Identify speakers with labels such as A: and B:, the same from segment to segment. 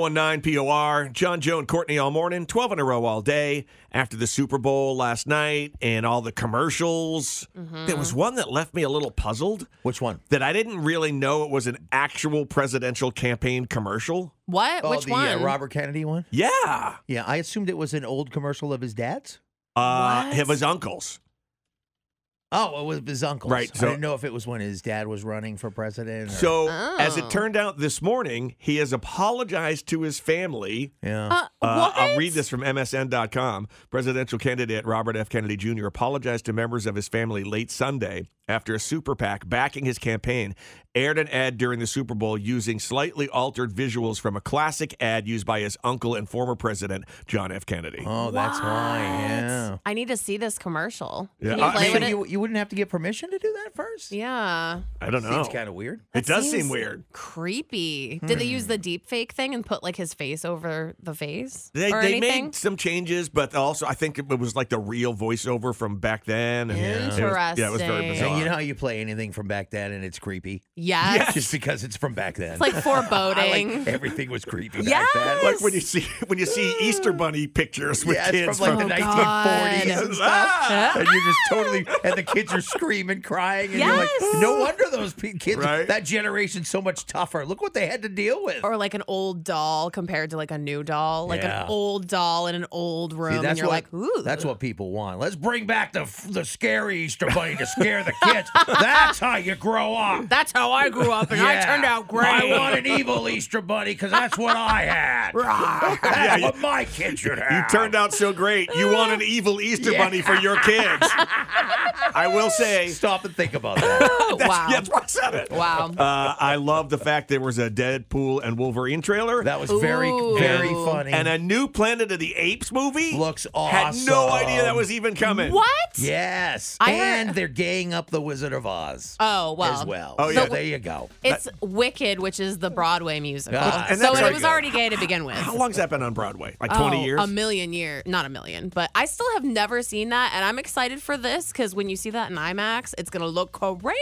A: 1019 POR, John, Joe, and Courtney all morning, 12 in a row all day after the Super Bowl last night and all the commercials.
B: Mm-hmm.
A: There was one that left me a little puzzled
C: Which one?
A: that I didn't really know it was an actual presidential campaign commercial.
B: What?
C: Oh,
B: Which
C: the
B: one?
C: Uh, Robert Kennedy one?
A: Yeah.
C: Yeah, I assumed it was an old commercial of his dad's.
A: Uh,
B: What?
A: It was uncle's.
C: Oh, it was his uncle's.
A: Right, so-
C: I didn't know if it was when his dad was running for president. Or,
A: So, as it
B: Oh.
A: turned out this morning, he has apologized to his family
C: yeah.
B: Uh,
A: Uh,
B: what?
C: um,
A: I'll read this from MSN.com. Presidential candidate Robert F. Kennedy Jr. apologized to members of his family late Sunday after a super PAC backing his campaign aired an ad during the Super Bowl using slightly altered visuals from a classic ad used by his uncle and former president, John F. Kennedy.
C: oh, that's why. Yeah.
B: What? I need to see this commercial.
A: Yeah,
B: Can
A: I-
B: you play
A: I
B: with
A: mean,
B: it?
C: you, you wouldn't have to get permission to do that first?
B: yeah.
A: I don't know.
C: Seems kind of weird. Hmm.
A: it
B: That
A: does seem
B: seems
A: weird.
B: Creepy. Did they use the deep fake thing and put like his face over the face?
A: They,
B: or
A: they
B: anything?
A: made some changes, but also I think it was like the real voiceover from back then. and it was- yeah, it was very
B: Interesting.
A: bizarre.
C: And you know how you play anything from back then and it's creepy?
B: Yes.
C: Just because it's from back then.
B: It's like
C: I like-
B: foreboding.
C: everything was creepy
B: Yes!
C: back then.
A: like when you see when you see Easter Bunny pictures with
C: yeah, it's
A: kids
C: from like
B: from-
C: the
B: Oh,
C: 1940s
B: God.
C: and stuff. and you're just totally, and the kids are screaming, crying, and you're
B: Yes.
C: like, no wonder those pe- kids,
A: Right?
C: that generation's so much tougher. Look what they had to deal with.
B: or like an old doll compared to like a new doll, like
C: Yeah.
B: an old doll in an old room,
C: See,
B: and
C: that's
B: um, you're
C: what,
B: like, ooh,
C: that's what people want. Let's bring back the f- the scary Easter bunny to scare the kids. That's how you grow up.
B: That's how I grew up, and I
C: Yeah.
B: turned out great.
C: I want an evil Easter bunny because that's what I had.
A: Yeah,
C: that's what my kids should
A: You
C: have.
A: turned out so great. You want an evil Easter
C: Yeah.
A: bunny for your kids. I will say.
C: Stop and think about that.
B: Oh,
A: That's,
B: wow.
A: yeah, that's why I said it.
B: Wow.
A: Uh, I love the fact there was a Deadpool and Wolverine trailer.
C: That was very, very
B: Ooh.
C: funny.
A: and a new Planet of the Apes movie.
C: Looks
A: Had no
C: awesome.
A: idea that was even coming.
B: What?
C: Yes.
B: I heard-
C: and they're gaying up the Wizard of Oz
B: Oh, well.
C: as well.
A: Oh, yeah.
C: So there you go.
B: It's Wicked, which is the Broadway musical.
C: Ah, and
B: so
A: that's
B: it
A: like-
B: was already gay to begin with.
A: How long's that been on Broadway? Like 20
B: Oh,
A: years?
B: A million year, not a million, but I still have never seen that, and I'm excited for this because when you see that in IMAX, it's gonna look crazy,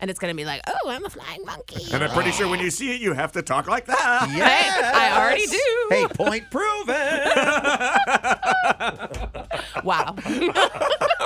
B: and it's gonna be like, oh, I'm a flying monkey.
A: and I'm pretty sure when you see it, you have to talk like that.
C: Yes.
B: I already do.
C: Hey, point proven.
B: wow.